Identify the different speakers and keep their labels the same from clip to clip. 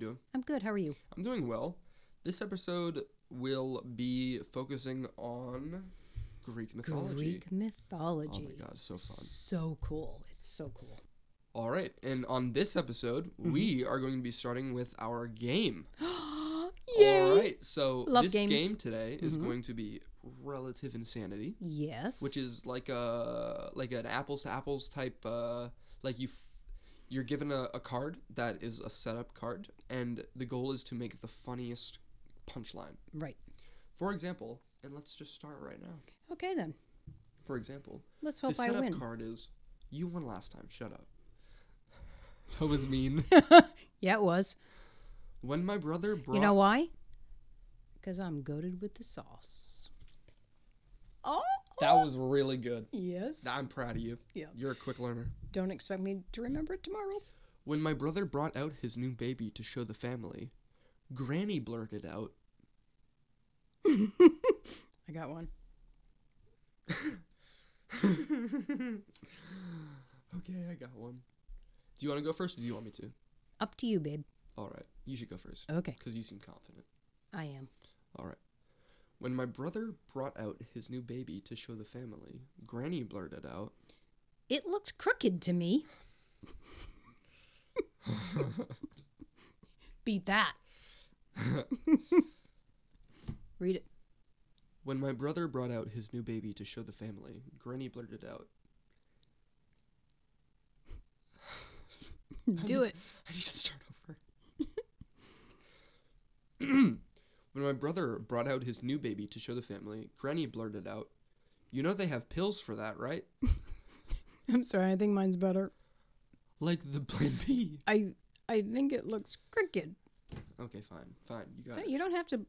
Speaker 1: How are you?
Speaker 2: I'm doing well. This episode will be focusing on Greek mythology.
Speaker 1: Greek mythology.
Speaker 2: Oh my god, so fun.
Speaker 1: So cool. It's so cool.
Speaker 2: All right, and on this episode,
Speaker 1: Mm-hmm.
Speaker 2: we are going to be starting with our game.
Speaker 1: Yay!
Speaker 2: All right, so
Speaker 1: Love
Speaker 2: this
Speaker 1: games.
Speaker 2: game today is
Speaker 1: Mhm.
Speaker 2: going to be relative insanity,
Speaker 1: Yes.
Speaker 2: which is like a like an apples to apples type. Uh, like you, f- you're given a, a card that is a setup card, and the goal is to make the funniest punchline.
Speaker 1: right.
Speaker 2: For example, and let's just start right now.
Speaker 1: Okay then.
Speaker 2: For example,
Speaker 1: Let's hope
Speaker 2: the
Speaker 1: I
Speaker 2: setup
Speaker 1: win.
Speaker 2: card is you won last time. Shut up. That was mean.
Speaker 1: Yeah, it was.
Speaker 2: When my brother brought
Speaker 1: You know why? Because I'm goaded with the sauce. Oh.
Speaker 2: that was really good.
Speaker 1: Yes.
Speaker 2: I'm proud of you.
Speaker 1: Yeah.
Speaker 2: You're a quick learner.
Speaker 1: Don't expect me to remember it tomorrow.
Speaker 2: When my brother brought out his new baby to show the family, Granny blurted out,
Speaker 1: I got one.
Speaker 2: "Okay, I got one." Do you want to go first, or do you want me to?
Speaker 1: Up to you, babe.
Speaker 2: All right, you should go first
Speaker 1: Okay.
Speaker 2: because you seem confident.
Speaker 1: I am.
Speaker 2: All right. When my brother brought out his new baby to show the family, Granny blurted out,
Speaker 1: It looks crooked to me. Beat that. Read it.
Speaker 2: When my brother brought out his new baby to show the family, Granny blurted out,
Speaker 1: Do it.
Speaker 2: I need to start over. when my brother brought out his new baby to show the family, Granny blurted out, You know they have pills for that, right?
Speaker 1: I'm sorry. I think mine's better.
Speaker 2: Like the plan B.
Speaker 1: I I think it looks crooked.
Speaker 2: Okay, fine. Fine. You got
Speaker 1: So
Speaker 2: it.
Speaker 1: you don't have to.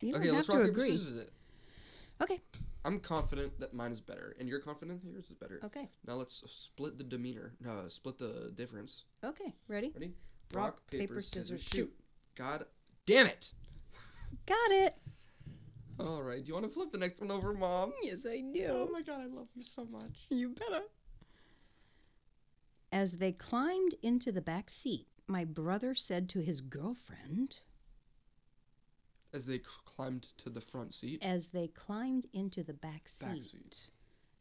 Speaker 1: You don't
Speaker 2: okay,
Speaker 1: have
Speaker 2: let's
Speaker 1: to
Speaker 2: rock, paper,
Speaker 1: agree.
Speaker 2: scissors it.
Speaker 1: Okay.
Speaker 2: I'm confident that mine is better, and you're confident that yours is better.
Speaker 1: Okay.
Speaker 2: Now let's split the demeanor. No, split the difference.
Speaker 1: Okay. Ready?
Speaker 2: Ready?
Speaker 1: Rock, paper, scissors, shoot.
Speaker 2: God damn it!
Speaker 1: Got it.
Speaker 2: All right. Do you want to flip the next one over, Mom?
Speaker 1: Yes, I
Speaker 2: Oh
Speaker 1: do.
Speaker 2: my God, I love you so much.
Speaker 1: You better. As they climbed into the back seat, my brother said to his girlfriend,
Speaker 2: As they c- climbed to the front seat.
Speaker 1: as they climbed into the back seat,
Speaker 2: Back seat.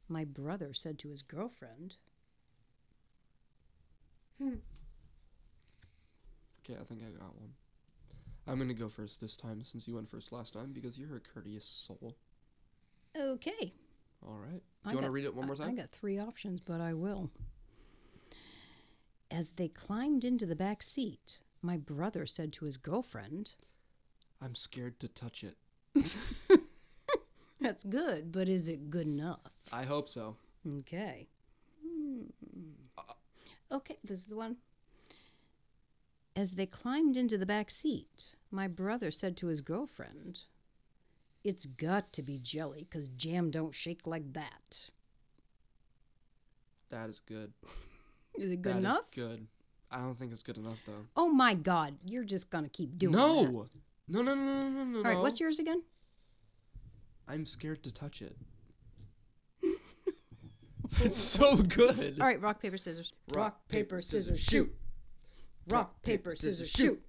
Speaker 1: my brother said to his girlfriend,
Speaker 2: Okay, I think I got one. I'm gonna go first this time since you went first last time because you're a courteous soul.
Speaker 1: Okay.
Speaker 2: All right.
Speaker 1: I
Speaker 2: Do you want to
Speaker 1: got-
Speaker 2: read it one more
Speaker 1: I- I
Speaker 2: time?
Speaker 1: got three options, but I will. As they climbed into the back seat, my brother said to his girlfriend,
Speaker 2: I'm scared to touch it.
Speaker 1: That's good, but is it good enough?
Speaker 2: I hope so.
Speaker 1: Okay. Hmm. Okay, this is the one. As they climbed into the back seat, my brother said to his girlfriend, It's got to be jelly, 'cause jam don't shake like that.
Speaker 2: That is good.
Speaker 1: Is it
Speaker 2: That
Speaker 1: good
Speaker 2: is
Speaker 1: enough?
Speaker 2: good. I don't think it's good enough though.
Speaker 1: Oh my God, you're just going to keep doing
Speaker 2: no.
Speaker 1: that.
Speaker 2: no! No! No! No! No! No!
Speaker 1: All right, what's yours again?
Speaker 2: I'm scared to touch it. That's so good.
Speaker 1: All right, rock, paper, scissors.
Speaker 2: Rock, paper, scissors, shoot. Rock, paper, scissors, shoot.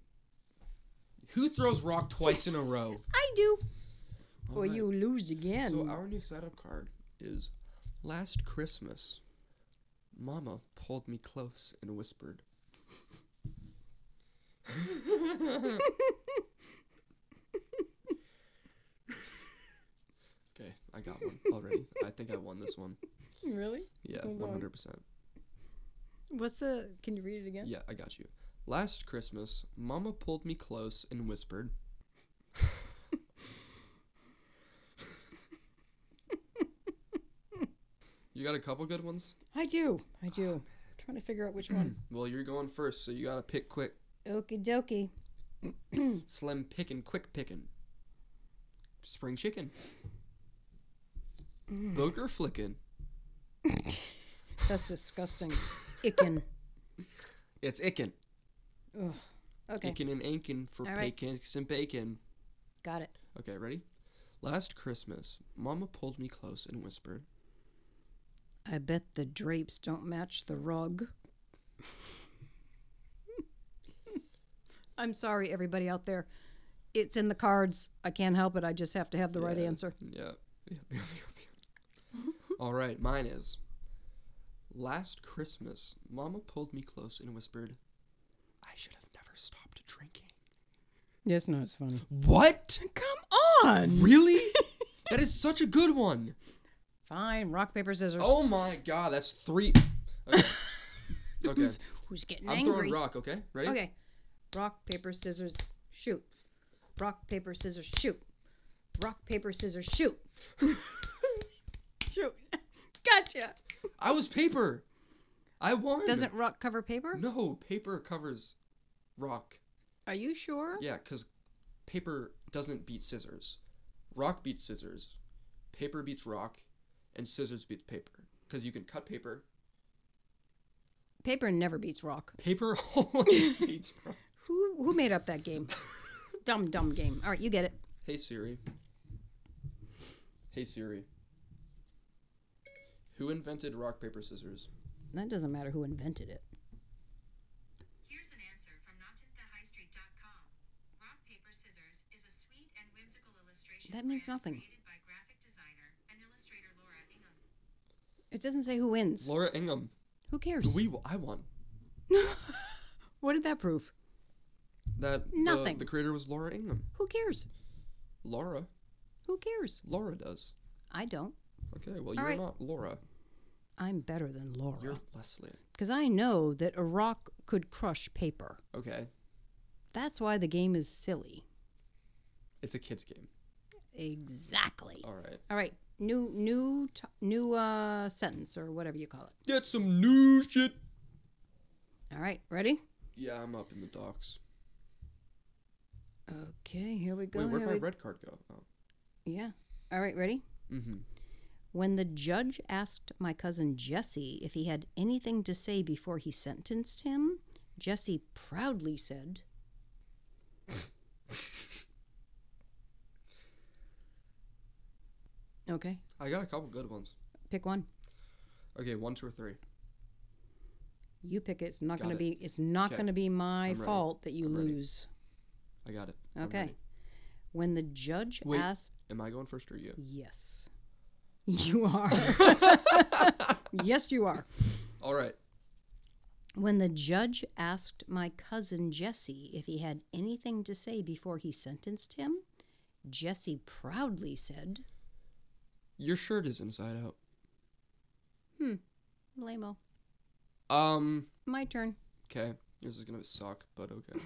Speaker 2: Who throws rock twice in a row?
Speaker 1: I do.
Speaker 2: All
Speaker 1: Or
Speaker 2: right.
Speaker 1: you lose again.
Speaker 2: So our new setup card is last Christmas. Mama pulled me close and whispered. okay, I got one already. I think I won this one.
Speaker 1: really?
Speaker 2: Yeah,
Speaker 1: Hold on.
Speaker 2: one hundred percent.
Speaker 1: What's the. Can you read it again?
Speaker 2: Yeah, I got you. Last Christmas, Mama pulled me close and whispered. you got a couple good ones?
Speaker 1: I do. I do. trying to figure out which one.
Speaker 2: Well, you're going first, so you gotta pick quick.
Speaker 1: Okie dokie.
Speaker 2: Slim pickin', quick pickin'. Spring chicken.
Speaker 1: Mm.
Speaker 2: Booger flickin'.
Speaker 1: That's disgusting. Icken.
Speaker 2: It's ickin'.
Speaker 1: Ugh. Okay.
Speaker 2: Ickin' and inkin' for
Speaker 1: All right.
Speaker 2: pancakes and bacon.
Speaker 1: Got it.
Speaker 2: Okay, ready? Last Christmas, Mama pulled me close and whispered.
Speaker 1: I bet the drapes don't match the rug. I'm sorry, everybody out there. It's in the cards. I can't help it. I just have to have the right
Speaker 2: Yeah.
Speaker 1: answer.
Speaker 2: Yep. Yep. Yep. yep, yep. All right, mine is. Last Christmas, Mama pulled me close and whispered, "I should have never stopped drinking."
Speaker 1: Yes, no, it's funny.
Speaker 2: What?
Speaker 1: Come on.
Speaker 2: Really? that is such a good one.
Speaker 1: Fine. Rock, paper, scissors.
Speaker 2: Oh my god, that's three. Okay. okay.
Speaker 1: Who's, who's getting
Speaker 2: I'm
Speaker 1: angry?
Speaker 2: throwing rock, okay? Ready?
Speaker 1: Okay. Rock, paper, scissors, shoot. Rock, paper, scissors, shoot. Rock, paper, scissors, shoot. shoot. Gotcha.
Speaker 2: I was paper. I won.
Speaker 1: Doesn't rock cover paper?
Speaker 2: No, paper covers rock.
Speaker 1: Are you sure?
Speaker 2: Yeah, because paper doesn't beat scissors. Rock beats scissors. Paper beats rock. And scissors beats paper. Because you can cut paper.
Speaker 1: Paper never beats rock.
Speaker 2: Paper always beats rock.
Speaker 1: Who who made up that game? dumb dumb game. All right, you get it.
Speaker 2: Hey Siri. Hey Siri. Who invented rock, paper, scissors?
Speaker 1: That doesn't matter who invented it.
Speaker 3: Here's an answer from notinthehighstreet.com. Rock, paper, scissors is a sweet and whimsical illustration.
Speaker 1: That means
Speaker 3: brand
Speaker 1: nothing.
Speaker 3: Created by graphic designer and illustrator Laura Ingham.
Speaker 1: It doesn't say who wins.
Speaker 2: Laura Ingham.
Speaker 1: Who cares?
Speaker 2: We, I won.
Speaker 1: what did that prove?
Speaker 2: That the-
Speaker 1: Nothing.
Speaker 2: the creator was Laura Ingham.
Speaker 1: Who cares?
Speaker 2: Laura.
Speaker 1: Who cares?
Speaker 2: Laura does.
Speaker 1: I don't.
Speaker 2: Okay, well, you're
Speaker 1: right.
Speaker 2: not Laura.
Speaker 1: I'm better than
Speaker 2: You're
Speaker 1: Laura.
Speaker 2: Leslie.
Speaker 1: Because I know that a rock could crush paper.
Speaker 2: Okay.
Speaker 1: That's why the game is silly.
Speaker 2: It's a kid's game.
Speaker 1: Exactly.
Speaker 2: All right.
Speaker 1: All right, new new t- new uh sentence or whatever you call it.
Speaker 2: Get some new shit.
Speaker 1: All right, ready?
Speaker 2: Yeah, I'm up in the docks.
Speaker 1: Okay, here we go.
Speaker 2: Wait, where'd
Speaker 1: here
Speaker 2: my
Speaker 1: we-
Speaker 2: red card go? Oh.
Speaker 1: yeah. All right, ready?
Speaker 2: Mm-hmm.
Speaker 1: When the judge asked my cousin Jesse if he had anything to say before he sentenced him, Jesse proudly said, Okay,
Speaker 2: I got a couple good ones.
Speaker 1: pick one.
Speaker 2: Okay, one, two, or three.
Speaker 1: You pick it. It's not
Speaker 2: Got
Speaker 1: going
Speaker 2: it.
Speaker 1: to be it's not
Speaker 2: Okay.
Speaker 1: going to be my
Speaker 2: I'm ready.
Speaker 1: fault that you
Speaker 2: I'm ready.
Speaker 1: lose.
Speaker 2: I got it. I'm
Speaker 1: Okay.
Speaker 2: ready.
Speaker 1: When the judge
Speaker 2: Wait.
Speaker 1: asked,
Speaker 2: Am I going first or you?
Speaker 1: yes, you are. yes, you are.
Speaker 2: All right.
Speaker 1: When the judge asked my cousin Jesse if he had anything to say before he sentenced him, Jesse proudly said,
Speaker 2: Your shirt is inside out.
Speaker 1: Lamo,
Speaker 2: Um.
Speaker 1: my turn.
Speaker 2: Okay. This is gonna suck, but okay.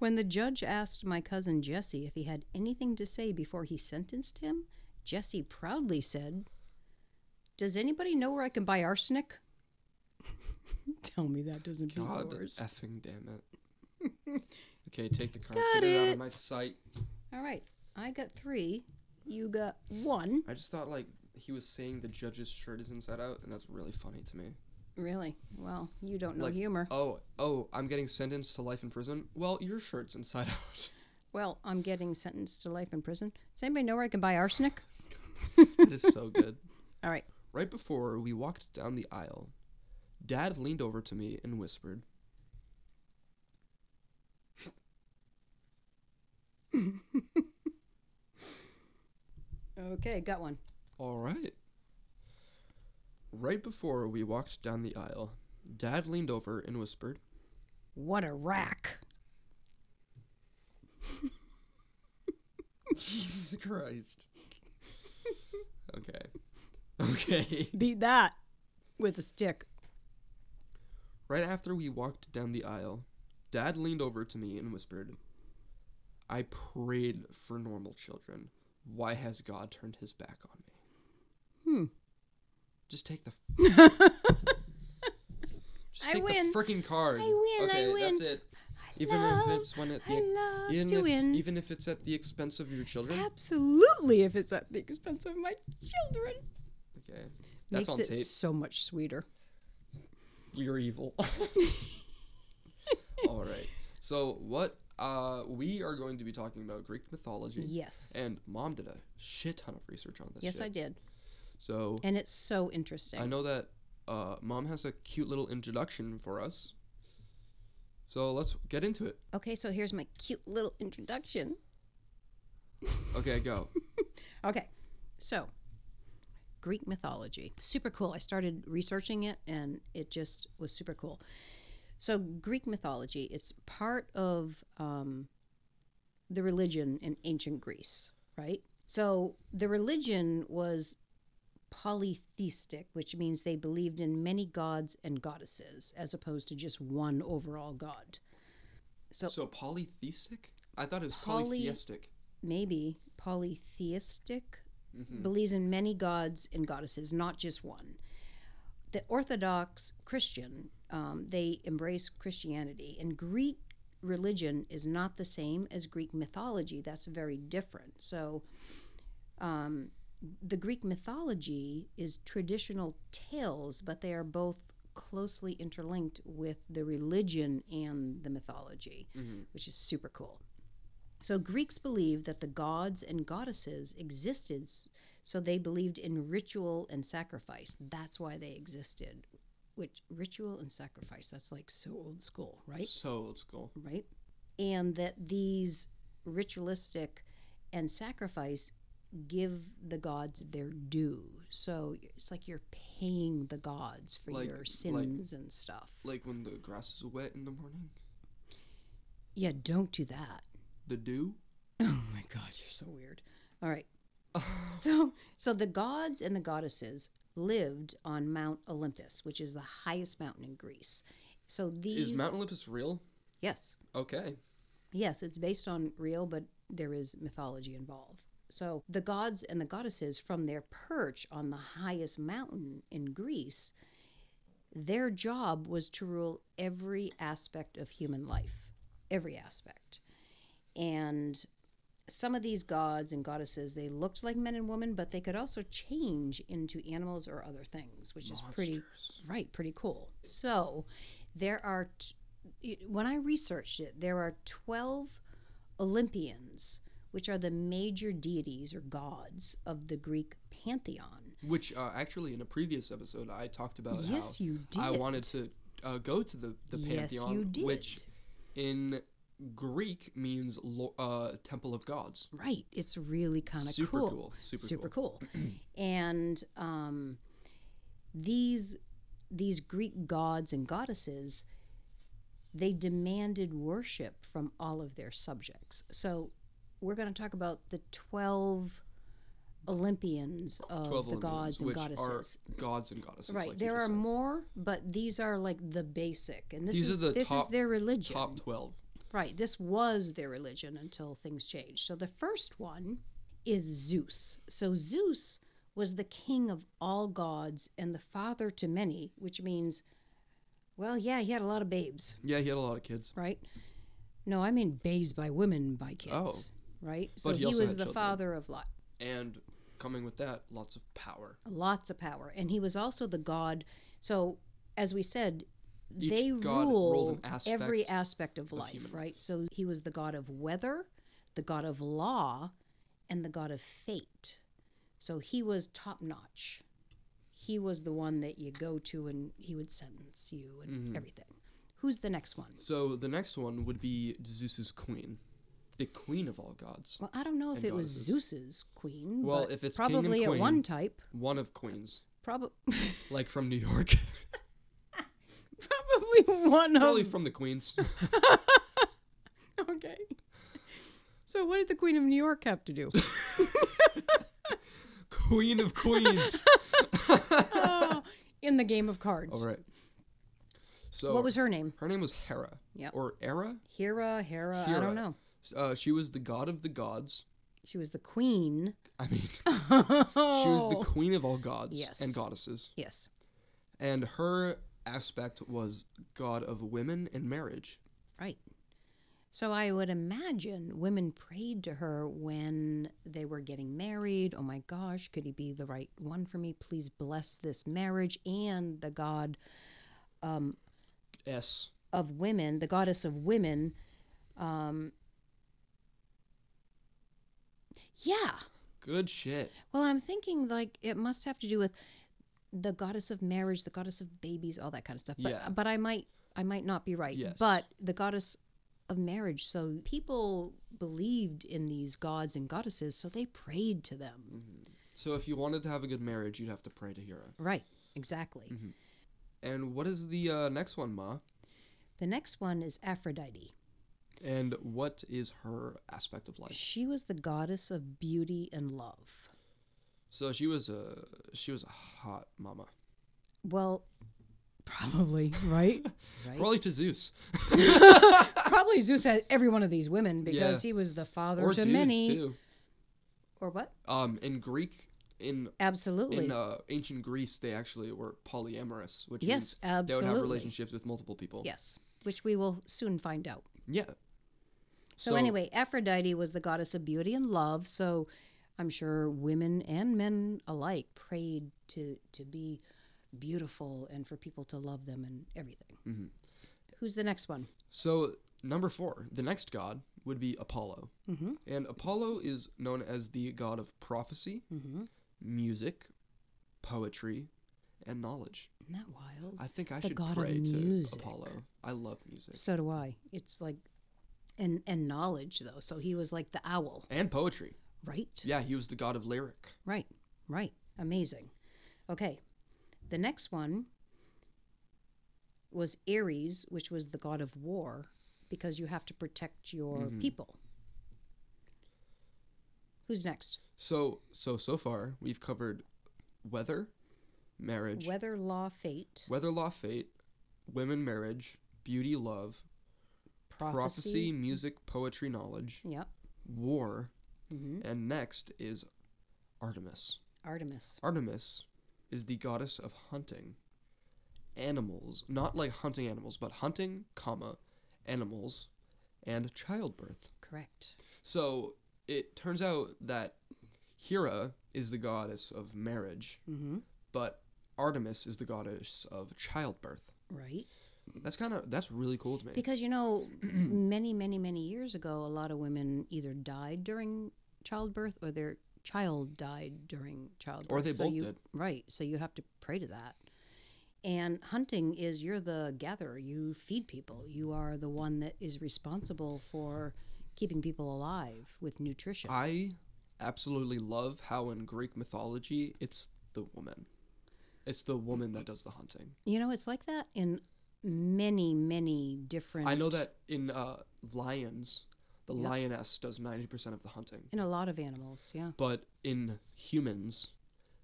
Speaker 1: When the judge asked my cousin Jesse if he had anything to say before he sentenced him, Jesse proudly said, Does anybody know where I can buy arsenic? Tell me that doesn't
Speaker 2: God
Speaker 1: beat yours.
Speaker 2: effing damn it. Okay, take the card.
Speaker 1: Got
Speaker 2: Get it. out
Speaker 1: it.
Speaker 2: of my sight.
Speaker 1: All right. I got three. You got one.
Speaker 2: I just thought like he was saying the judge's shirt is inside out, and that's really funny to me.
Speaker 1: Really? Well, you don't know
Speaker 2: Like,
Speaker 1: humor.
Speaker 2: Oh, oh, I'm getting sentenced to life in prison. Well, your shirt's inside out.
Speaker 1: Well, I'm getting sentenced to life in prison. Does anybody know where I can buy arsenic?
Speaker 2: it is so good.
Speaker 1: All right.
Speaker 2: Right before we walked down the aisle, Dad leaned over to me and whispered,
Speaker 1: Okay, got one.
Speaker 2: All right. Right before we walked down the aisle, Dad leaned over and whispered,
Speaker 1: What a rack.
Speaker 2: Jesus Christ. okay. Okay.
Speaker 1: Beat that with a stick.
Speaker 2: Right after we walked down the aisle, Dad leaned over to me and whispered, I prayed for normal children. Why has God turned his back on me?
Speaker 1: Hmm.
Speaker 2: Just take the. F- Just
Speaker 1: I
Speaker 2: take
Speaker 1: win.
Speaker 2: the freaking card.
Speaker 1: I win, I
Speaker 2: Okay,
Speaker 1: win.
Speaker 2: that's it. Even if it's one at the.
Speaker 1: I love
Speaker 2: even
Speaker 1: to
Speaker 2: if,
Speaker 1: win.
Speaker 2: Even if it's at the expense of your children.
Speaker 1: Absolutely, if it's at the expense of my children.
Speaker 2: Okay. That's
Speaker 1: Makes
Speaker 2: on
Speaker 1: it
Speaker 2: tape.
Speaker 1: so much sweeter.
Speaker 2: you're evil. All right. So what uh we are going to be talking about Greek mythology.
Speaker 1: Yes.
Speaker 2: And mom did a shit ton of research on this.
Speaker 1: yes,
Speaker 2: shit.
Speaker 1: I did.
Speaker 2: So
Speaker 1: And it's so interesting.
Speaker 2: I know that uh mom has a cute little introduction for us. So let's get into it.
Speaker 1: Okay, so here's my cute little introduction.
Speaker 2: Okay, go.
Speaker 1: Okay, so Greek mythology. Super cool. I started researching it and it just was super cool. So, Greek mythology, it's part of um, the religion in ancient Greece, right? So, the religion was polytheistic, which means they believed in many gods and goddesses as opposed to just one overall god. So,
Speaker 2: So polytheistic? I thought it was
Speaker 1: Poly-
Speaker 2: polytheistic.
Speaker 1: maybe polytheistic believes in many gods and goddesses, not just one. The Orthodox Christian, um, they embrace Christianity, and Greek religion is not the same as Greek mythology. That's very different. So, um, the Greek mythology is traditional tales, but they are both closely interlinked with the religion and the mythology, which is super cool. So Greeks believed that the gods and goddesses existed, s- so they believed in ritual and sacrifice. That's why they existed. Which ritual and sacrifice, that's like so old school, right?
Speaker 2: So let's go.
Speaker 1: Right? And that these ritualistic and sacrifice give the gods their due. So it's like you're paying the gods for
Speaker 2: Like-
Speaker 1: your
Speaker 2: like-
Speaker 1: sins and stuff.
Speaker 2: Like when the grass is wet in the morning.
Speaker 1: yeah, don't do that.
Speaker 2: The dew?
Speaker 1: Oh my god, you're so weird. All right. so so the gods and the goddesses lived on Mount Olympus, which is the highest mountain in Greece. So these
Speaker 2: Is Mount Olympus real?
Speaker 1: Yes.
Speaker 2: Okay.
Speaker 1: Yes, it's based on real, but there is mythology involved. So the gods and the goddesses from their perch on the highest mountain in Greece, their job was to rule every aspect of human life, every aspect. And some of these gods and goddesses, they looked like men and women, but they could also change into animals or other things, which is pretty right, pretty cool. So, there are t- it- when I researched it, there are 12 Olympians, which are the major deities or gods of the Greek pantheon.
Speaker 2: Which uh, actually, in a previous episode, I talked about
Speaker 1: Yes,
Speaker 2: how
Speaker 1: you
Speaker 2: I
Speaker 1: did.
Speaker 2: wanted to uh, go to the, the
Speaker 1: Yes,
Speaker 2: Pantheon,
Speaker 1: you
Speaker 2: which
Speaker 1: did.
Speaker 2: in Greek means lo- uh, Temple of Gods.
Speaker 1: Right. It's really kind of
Speaker 2: Super
Speaker 1: cool.
Speaker 2: cool, super
Speaker 1: cool. and um, these these Greek gods and goddesses, they demanded worship from all of their subjects. So we're going to talk about the twelve Olympians of the
Speaker 2: Olympians,
Speaker 1: gods and
Speaker 2: which
Speaker 1: goddesses.
Speaker 2: Are gods and goddesses.
Speaker 1: Right,
Speaker 2: like you
Speaker 1: there
Speaker 2: just
Speaker 1: are
Speaker 2: said.
Speaker 1: more, but these are like the basic, and this
Speaker 2: These are
Speaker 1: is
Speaker 2: the
Speaker 1: this is
Speaker 2: top-
Speaker 1: their religion.
Speaker 2: top 12.
Speaker 1: Right. This was their religion until things changed. So the first one is Zeus. So Zeus was the king of all gods and the father to many, which means, well, yeah, he had a lot of babes,
Speaker 2: Yeah, he had a lot of kids.
Speaker 1: right? No, I mean babes by women, by kids, right? So
Speaker 2: Oh. But he
Speaker 1: he,
Speaker 2: also
Speaker 1: was
Speaker 2: had
Speaker 1: the
Speaker 2: children.
Speaker 1: father of lot,
Speaker 2: And coming with that, lots of power.
Speaker 1: lots of power, and he was also the god. So, as we said,
Speaker 2: Each
Speaker 1: they
Speaker 2: god ruled
Speaker 1: rule
Speaker 2: an aspect
Speaker 1: every aspect of life,
Speaker 2: human
Speaker 1: right? So he was the god of weather, the god of law, and the god of fate. So he was top notch. He was the one that you go to and he would sentence you and
Speaker 2: Mm-hmm.
Speaker 1: everything. Who's the next one?
Speaker 2: So the next one would be Zeus's queen, the queen of all gods,
Speaker 1: Well, I don't know if
Speaker 2: And
Speaker 1: it was Zeus's queen.
Speaker 2: Well,
Speaker 1: but
Speaker 2: if it's king and
Speaker 1: probably at one
Speaker 2: queen-
Speaker 1: type,
Speaker 2: one of queens,
Speaker 1: probably
Speaker 2: like from New York,
Speaker 1: probably one of
Speaker 2: probably from the Queens.
Speaker 1: Okay. So what did the Queen of New York have to do?
Speaker 2: queen of Queens.
Speaker 1: Oh, in the game of cards.
Speaker 2: all right. So
Speaker 1: What was her name?
Speaker 2: her name was Hera.
Speaker 1: Yep.
Speaker 2: Or Hera.
Speaker 1: Hera, Hera, I
Speaker 2: Hera.
Speaker 1: don't know.
Speaker 2: Uh, she was the god of the gods.
Speaker 1: She was the queen.
Speaker 2: I mean, she was the queen of all gods
Speaker 1: Oh. Yes.
Speaker 2: and goddesses.
Speaker 1: Yes.
Speaker 2: And her aspect was god of women and marriage.
Speaker 1: Right. So I would imagine women prayed to her when they were getting married. Oh my gosh, could he be the right one for me? Please bless this marriage and the god
Speaker 2: S.
Speaker 1: of women, the goddess of women. Um, yeah.
Speaker 2: Good shit.
Speaker 1: Well, I'm thinking like it must have to do with the goddess of marriage, the goddess of babies, all that kind of stuff. But,
Speaker 2: Yeah.
Speaker 1: but I might I might not be right,
Speaker 2: Yes.
Speaker 1: but the goddess of marriage. So people believed in these gods and goddesses, so they prayed to them.
Speaker 2: Mm-hmm. So if you wanted to have a good marriage, you'd have to pray to Hera.
Speaker 1: Right, exactly.
Speaker 2: Mm-hmm. And what is the uh, next one, Ma?
Speaker 1: The next one is Aphrodite.
Speaker 2: And what is her aspect of life?
Speaker 1: She was the goddess of beauty and love.
Speaker 2: So she was a she was a hot mama,
Speaker 1: Well, probably, right? right?
Speaker 2: probably to Zeus.
Speaker 1: Probably Zeus had every one of these women because
Speaker 2: Yeah.
Speaker 1: he was the father
Speaker 2: or
Speaker 1: to
Speaker 2: dudes
Speaker 1: many.
Speaker 2: too.
Speaker 1: Or what?
Speaker 2: Um, in Greek, in
Speaker 1: Absolutely.
Speaker 2: in uh, ancient Greece, they actually were polyamorous, which
Speaker 1: Yes,
Speaker 2: means they would have
Speaker 1: absolutely.
Speaker 2: relationships with multiple people.
Speaker 1: yes, which we will soon find out.
Speaker 2: Yeah.
Speaker 1: So, anyway, Aphrodite was the goddess of beauty and love. So I'm sure women and men alike prayed to to be beautiful and for people to love them and everything. Who's the next one?
Speaker 2: So number four, the next god would be Apollo, mm-hmm. and Apollo is known as the god of prophecy,
Speaker 1: Mm-hmm.
Speaker 2: music, poetry, and knowledge.
Speaker 1: Isn't that wild?
Speaker 2: I think I
Speaker 1: The
Speaker 2: should
Speaker 1: god of
Speaker 2: pray to
Speaker 1: music.
Speaker 2: Apollo. I love music
Speaker 1: So do I. It's like and and knowledge though. So he was like the owl,
Speaker 2: and poetry.
Speaker 1: right?
Speaker 2: Yeah, he was the god of lyric.
Speaker 1: Right. Right. Amazing. Okay. The next one was Ares, which was the god of war because you have to protect your people. Who's next?
Speaker 2: So so so far we've covered weather, marriage,
Speaker 1: Weather, law, fate,
Speaker 2: weather law, fate, women, marriage, beauty, love,
Speaker 1: prophecy.
Speaker 2: prophecy music, poetry, knowledge,
Speaker 1: Yep.
Speaker 2: war, and next is Artemis.
Speaker 1: Artemis.
Speaker 2: Artemis is the goddess of hunting animals, not like hunting animals, but hunting, comma, animals, and childbirth.
Speaker 1: Correct.
Speaker 2: So it turns out that Hera is the goddess of marriage,
Speaker 1: Mm-hmm.
Speaker 2: but Artemis is the goddess of childbirth.
Speaker 1: Right.
Speaker 2: That's kind of that's really cool to me.
Speaker 1: Because you know, many, many, many years ago, a lot of women either died during childbirth or their child died during childbirth.
Speaker 2: they both
Speaker 1: you,
Speaker 2: did.
Speaker 1: Right. So you have to pray to that. And hunting is you're the gatherer. You feed people. You are the one that is responsible for keeping people alive with nutrition.
Speaker 2: I absolutely love how in Greek mythology it's the woman. It's the woman that does the hunting.
Speaker 1: you know, it's like that in many, many different.
Speaker 2: I know that in uh, lions, the lioness does 90% of the hunting.
Speaker 1: in a lot of animals. Yeah.
Speaker 2: But in humans,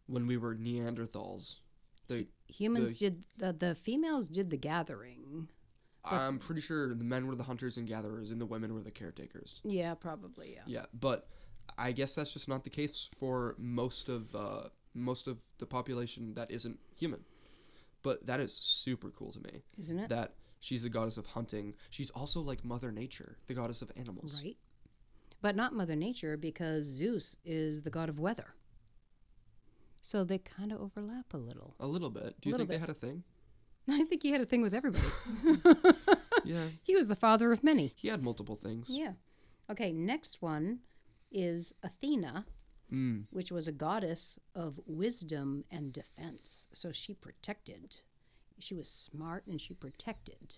Speaker 2: when we were Neanderthals, they,
Speaker 1: Humans did the the females did the gathering.
Speaker 2: I'm pretty sure the men were the hunters and gatherers and the women were the caretakers.
Speaker 1: Yeah, probably. Yeah.
Speaker 2: Yeah, but I guess that's just not the case for most of uh, most of the population that isn't human. But that is super cool to me.
Speaker 1: Isn't it?
Speaker 2: That she's the goddess of hunting. She's also like Mother Nature, the goddess of animals.
Speaker 1: Right. But not Mother Nature because Zeus is the god of weather. So they kind of overlap a little.
Speaker 2: A little bit. Do you
Speaker 1: Little
Speaker 2: think they
Speaker 1: bit.
Speaker 2: had a thing?
Speaker 1: I think he had a thing with everybody.
Speaker 2: yeah,
Speaker 1: he was the father of many.
Speaker 2: he had multiple things.
Speaker 1: Yeah. Okay, next one is Athena,
Speaker 2: Mm.
Speaker 1: which was a goddess of wisdom and defense. So she protected. She was smart and she protected.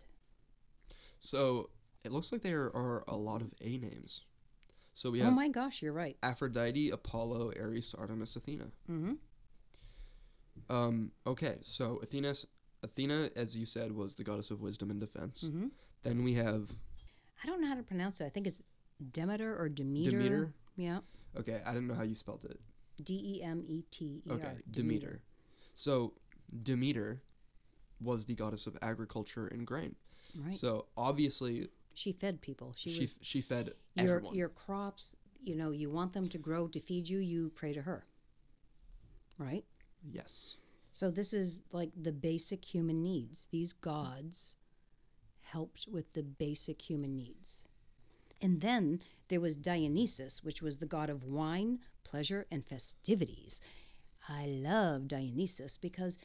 Speaker 2: So it looks like there are a lot of A names. So we
Speaker 1: Oh
Speaker 2: have
Speaker 1: my gosh, you're right.
Speaker 2: Aphrodite, Apollo, Ares, Artemis, Athena.
Speaker 1: Mm-hmm.
Speaker 2: Um, okay, so Athena, Athena, as you said, was the goddess of wisdom and defense.
Speaker 1: Mhm.
Speaker 2: Then we have
Speaker 1: I don't know how to pronounce it. I think it's Demeter or Demeter.
Speaker 2: Demeter?
Speaker 1: Yeah.
Speaker 2: okay, I didn't know how you spelled it.
Speaker 1: D E M E T E R.
Speaker 2: Okay, Demeter. So Demeter was the goddess of agriculture and grain.
Speaker 1: Right.
Speaker 2: So obviously
Speaker 1: she fed people. She,
Speaker 2: she
Speaker 1: was
Speaker 2: she fed
Speaker 1: your
Speaker 2: everyone.
Speaker 1: your crops. You know, you want them to grow to feed you. You pray to her. Right.
Speaker 2: yes.
Speaker 1: So this is like the basic human needs. These gods helped with the basic human needs. And then there was Dionysus, which was the god of wine, pleasure, and festivities. I love Dionysus because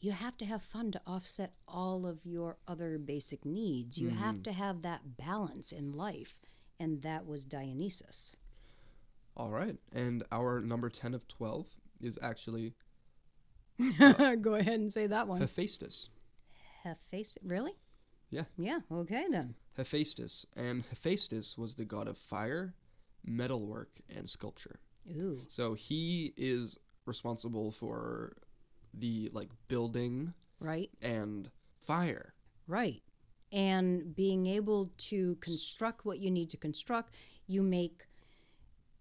Speaker 1: you have to have fun to offset all of your other basic needs. You have to have that balance in life. And that was Dionysus.
Speaker 2: All right, and our number ten of twelve is actually
Speaker 1: Go ahead and say that one.
Speaker 2: Hephaestus.
Speaker 1: Hephaestus. Really?
Speaker 2: Yeah.
Speaker 1: Yeah, okay then.
Speaker 2: Hephaestus, and Hephaestus was the god of fire, metalwork, and sculpture.
Speaker 1: Ooh.
Speaker 2: So he is responsible for the like building
Speaker 1: Right,
Speaker 2: and fire.
Speaker 1: right. And being able to construct what you need to construct, you make.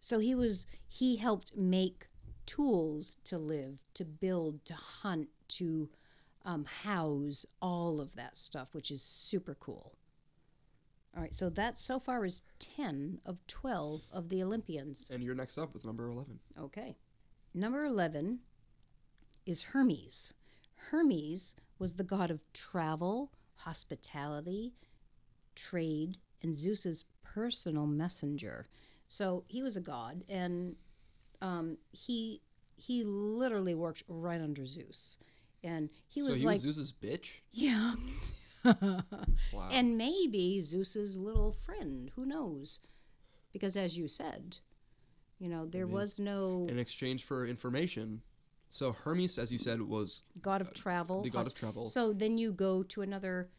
Speaker 1: So he was, he helped make tools to live, to build, to hunt, to um, house all of that stuff, which is super cool. All right, so that so far is 10 of 12 of the Olympians.
Speaker 2: And you're next up with number 11.
Speaker 1: Okay. Number 11 is Hermes. Hermes was the god of travel, hospitality, trade, and Zeus's personal messenger. So he was a god, and um, he he literally worked right under Zeus, and he
Speaker 2: so
Speaker 1: was
Speaker 2: he
Speaker 1: like,
Speaker 2: was Zeus's bitch?
Speaker 1: yeah,
Speaker 2: Wow.
Speaker 1: and maybe Zeus's little friend. Who knows? Because as you said, you know, there was no
Speaker 2: In exchange for information. So Hermes, as you said, was
Speaker 1: god of travel.
Speaker 2: Uh, the god
Speaker 1: hos-
Speaker 2: of travel.
Speaker 1: So then you go to another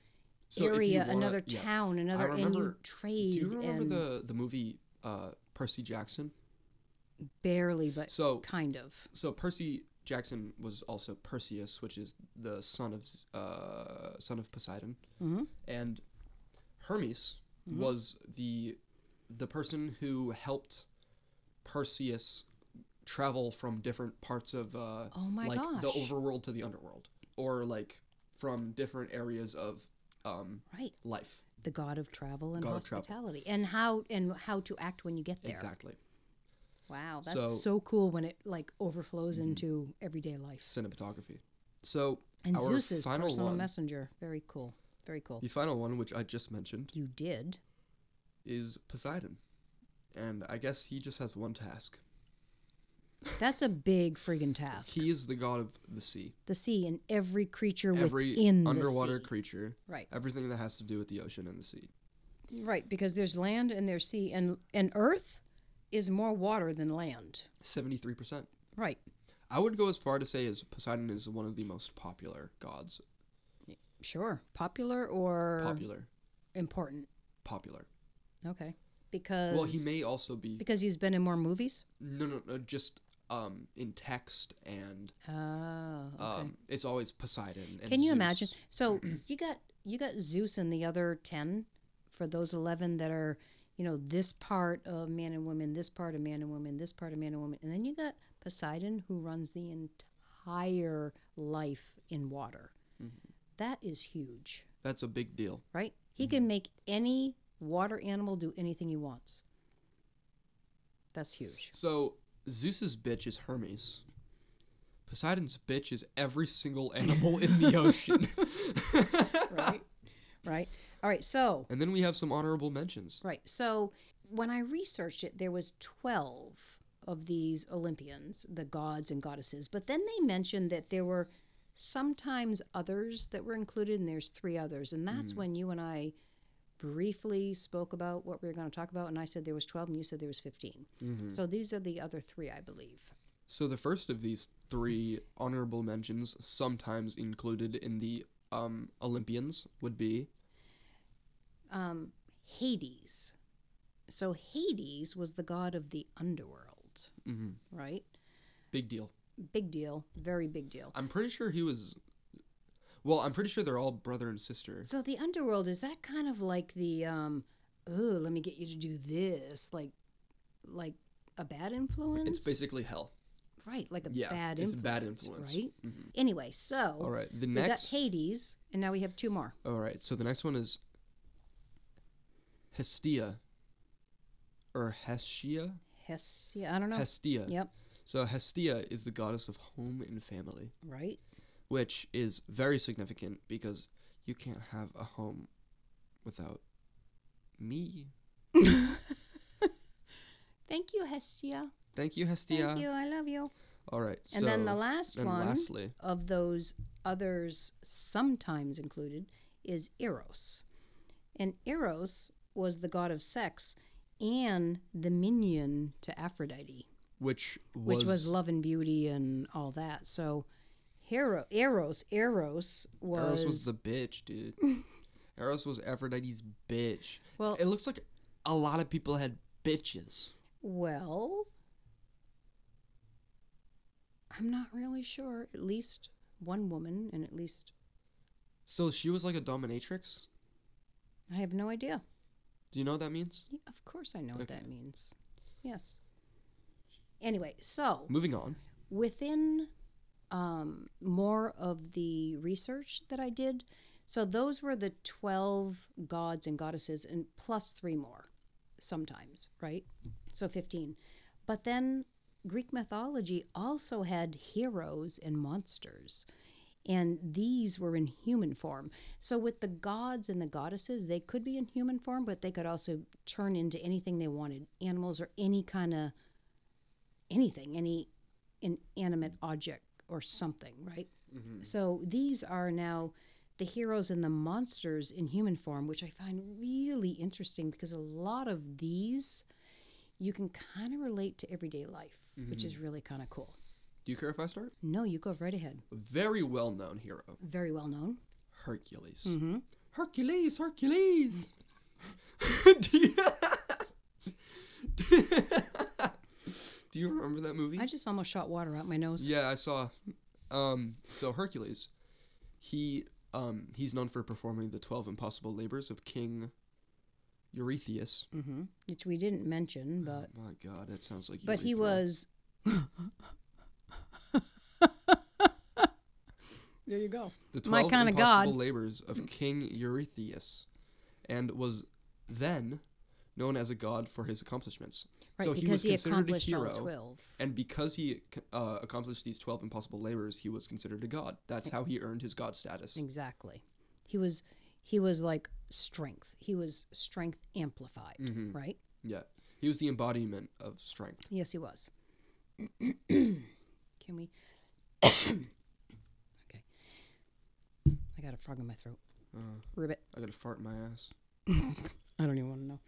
Speaker 2: So if
Speaker 1: area,
Speaker 2: you wanna-
Speaker 1: another
Speaker 2: yeah.
Speaker 1: town, another, and you
Speaker 2: remember-
Speaker 1: trade
Speaker 2: Do you remember
Speaker 1: and
Speaker 2: the, the movie uh, Percy Jackson?
Speaker 1: barely, but
Speaker 2: So
Speaker 1: kind of.
Speaker 2: so Percy Jackson was also Perseus, which is the son of Z- uh, son of Poseidon,
Speaker 1: Mhm.
Speaker 2: and Hermes
Speaker 1: Mm-hmm.
Speaker 2: was the the person who helped Perseus travel from different parts of uh,
Speaker 1: Oh my
Speaker 2: like the
Speaker 1: gosh.
Speaker 2: overworld to the underworld, or like from different areas of um,
Speaker 1: Right,
Speaker 2: life.
Speaker 1: the god of travel and
Speaker 2: God of travel.
Speaker 1: hospitality, and how and how to act when you get there.
Speaker 2: Exactly,
Speaker 1: Wow, that's so,
Speaker 2: So- Mm-hmm.
Speaker 1: cool when it like overflows into everyday life.
Speaker 2: cinematography. So
Speaker 1: And
Speaker 2: our
Speaker 1: Zeus's
Speaker 2: final
Speaker 1: personal
Speaker 2: one,
Speaker 1: messenger, very cool, very cool.
Speaker 2: the final one, which I just mentioned.
Speaker 1: You did.
Speaker 2: is Poseidon. And I guess he just has one task.
Speaker 1: That's a big friggin' task.
Speaker 2: He is the god of the sea.
Speaker 1: the sea and every creature
Speaker 2: Every
Speaker 1: within
Speaker 2: underwater
Speaker 1: the sea.
Speaker 2: creature,
Speaker 1: Right.
Speaker 2: everything that has to do with the ocean and the sea.
Speaker 1: Right, because there's land and there's sea, and and earth is more water than land.
Speaker 2: 73%.
Speaker 1: Right.
Speaker 2: I would go as far to say as Poseidon is one of the most popular gods.
Speaker 1: Sure. Popular or
Speaker 2: Popular.
Speaker 1: important.
Speaker 2: Popular.
Speaker 1: Okay. Because
Speaker 2: Well, he may also be
Speaker 1: because he's been in more movies.
Speaker 2: no no, no just um in text and
Speaker 1: Oh. Okay.
Speaker 2: um it's always Poseidon and
Speaker 1: Can you
Speaker 2: Zeus.
Speaker 1: imagine? So you got you got Zeus and the other ten for those eleven that are, you know, this part of man and woman, this part of man and woman, this part of man and woman, and then you got Poseidon who runs the entire life in water.
Speaker 2: Mm-hmm.
Speaker 1: That is huge,
Speaker 2: That's a big deal.
Speaker 1: right? He can make any water animal do anything he wants. That's huge.
Speaker 2: So Zeus's bitch is Hermes. Poseidon's bitch is every single animal in the ocean.
Speaker 1: Right? right? All right, so
Speaker 2: and then we have some honorable mentions.
Speaker 1: Right. So when I researched it, there was 12 of these Olympians, the gods and goddesses. But then they mentioned that there were sometimes others that were included, and there's three others. And that's when you and I briefly spoke about what we were going to talk about, and I said there was 12, and you said there was 15. So these are the other three, I believe.
Speaker 2: So the first of these three honorable mentions, sometimes included in the um, Olympians, would be
Speaker 1: Um, Hades. So Hades was the god of the underworld,
Speaker 2: mhm,
Speaker 1: right?
Speaker 2: big deal.
Speaker 1: Big deal, very big deal.
Speaker 2: I'm pretty sure he was. Well, I'm pretty sure they're all brother and sister.
Speaker 1: So the underworld is that kind of like the um oh, let me get you to do this like like a bad influence?
Speaker 2: It's basically hell.
Speaker 1: right, like a
Speaker 2: yeah,
Speaker 1: bad
Speaker 2: it's
Speaker 1: influence.
Speaker 2: a bad influence. Mm-hmm.
Speaker 1: right? Anyway, so
Speaker 2: All right, the
Speaker 1: we
Speaker 2: next.
Speaker 1: got Hades and now we have two more.
Speaker 2: All right, so the next one is Hestia or Hestia?
Speaker 1: Hestia, I don't know.
Speaker 2: Hestia.
Speaker 1: Yep,
Speaker 2: So Hestia is the goddess of home and family,
Speaker 1: right.
Speaker 2: which is very significant because you can't have a home without me.
Speaker 1: Thank you Hestia.
Speaker 2: Thank you,
Speaker 1: Thank
Speaker 2: Hestia.
Speaker 1: you. I love you.
Speaker 2: All right.
Speaker 1: And then the
Speaker 2: so-
Speaker 1: last
Speaker 2: and
Speaker 1: one
Speaker 2: lastly,
Speaker 1: of those others sometimes included is Eros. And Eros was the god of sex and the minion to Aphrodite,
Speaker 2: which was,
Speaker 1: which was, love and beauty and all that. So Hero, Eros, Eros was,
Speaker 2: Eros was the bitch, dude. Eros was Aphrodite's bitch.
Speaker 1: Well,
Speaker 2: It looks like a lot of people had bitches.
Speaker 1: well, I'm not really sure. At least one woman, and at least
Speaker 2: So she was like a dominatrix?
Speaker 1: I have no idea.
Speaker 2: Do you know what that means?
Speaker 1: Yeah, of course, I know what
Speaker 2: Okay.
Speaker 1: that means. Yes. Anyway, so
Speaker 2: Moving on.
Speaker 1: within um, more of the research that I did, so those were the 12 gods and goddesses, and plus three more sometimes, right? So 15. But then Greek mythology also had heroes and monsters, and these were in human form. So with the gods and the goddesses, they could be in human form, but they could also turn into anything they wanted animals or any kind of anything, any inanimate object or something, right?
Speaker 2: Mm-hmm.
Speaker 1: So these are now the heroes and the monsters in human form, which I find really interesting because a lot of these you can kind of relate to everyday life, which
Speaker 2: Mm-hmm.
Speaker 1: is really kind of cool.
Speaker 2: Do you care if I start?
Speaker 1: No, you go right ahead.
Speaker 2: Very well known hero,
Speaker 1: Very well known.
Speaker 2: Hercules.
Speaker 1: Mm-hmm.
Speaker 2: Hercules,
Speaker 1: Mm.
Speaker 2: Hercules! Do you... Do you remember that movie?
Speaker 1: I just almost shot water out my nose.
Speaker 2: Yeah, I saw. Um, so Hercules, he um, he's known for performing the twelve impossible labors of King Eurystheus.
Speaker 1: hmm Which we didn't mention, but
Speaker 2: Oh my God, that sounds like.
Speaker 1: but he
Speaker 2: urethra.
Speaker 1: was. there you go.
Speaker 2: the
Speaker 1: my
Speaker 2: 12
Speaker 1: kinda god. Mm.
Speaker 2: impossible labors of King Eurystheus, and was then known as a god for his accomplishments.
Speaker 1: Right,
Speaker 2: so he was
Speaker 1: because he,
Speaker 2: considered
Speaker 1: accomplished
Speaker 2: a hero.
Speaker 1: all twelve.
Speaker 2: And because he uh, accomplished these 12 impossible labors, he was considered a god. That's how he earned his god status.
Speaker 1: Exactly. He was he was like strength. He was strength amplified,
Speaker 2: Mm.
Speaker 1: right?
Speaker 2: Mm-hmm. Yeah. He was the embodiment of strength.
Speaker 1: Yes, he was. Can we Okay. I got a frog in my throat.
Speaker 2: Uh,
Speaker 1: Ribbit.
Speaker 2: I got to fart in my ass.
Speaker 1: I don't even want to know.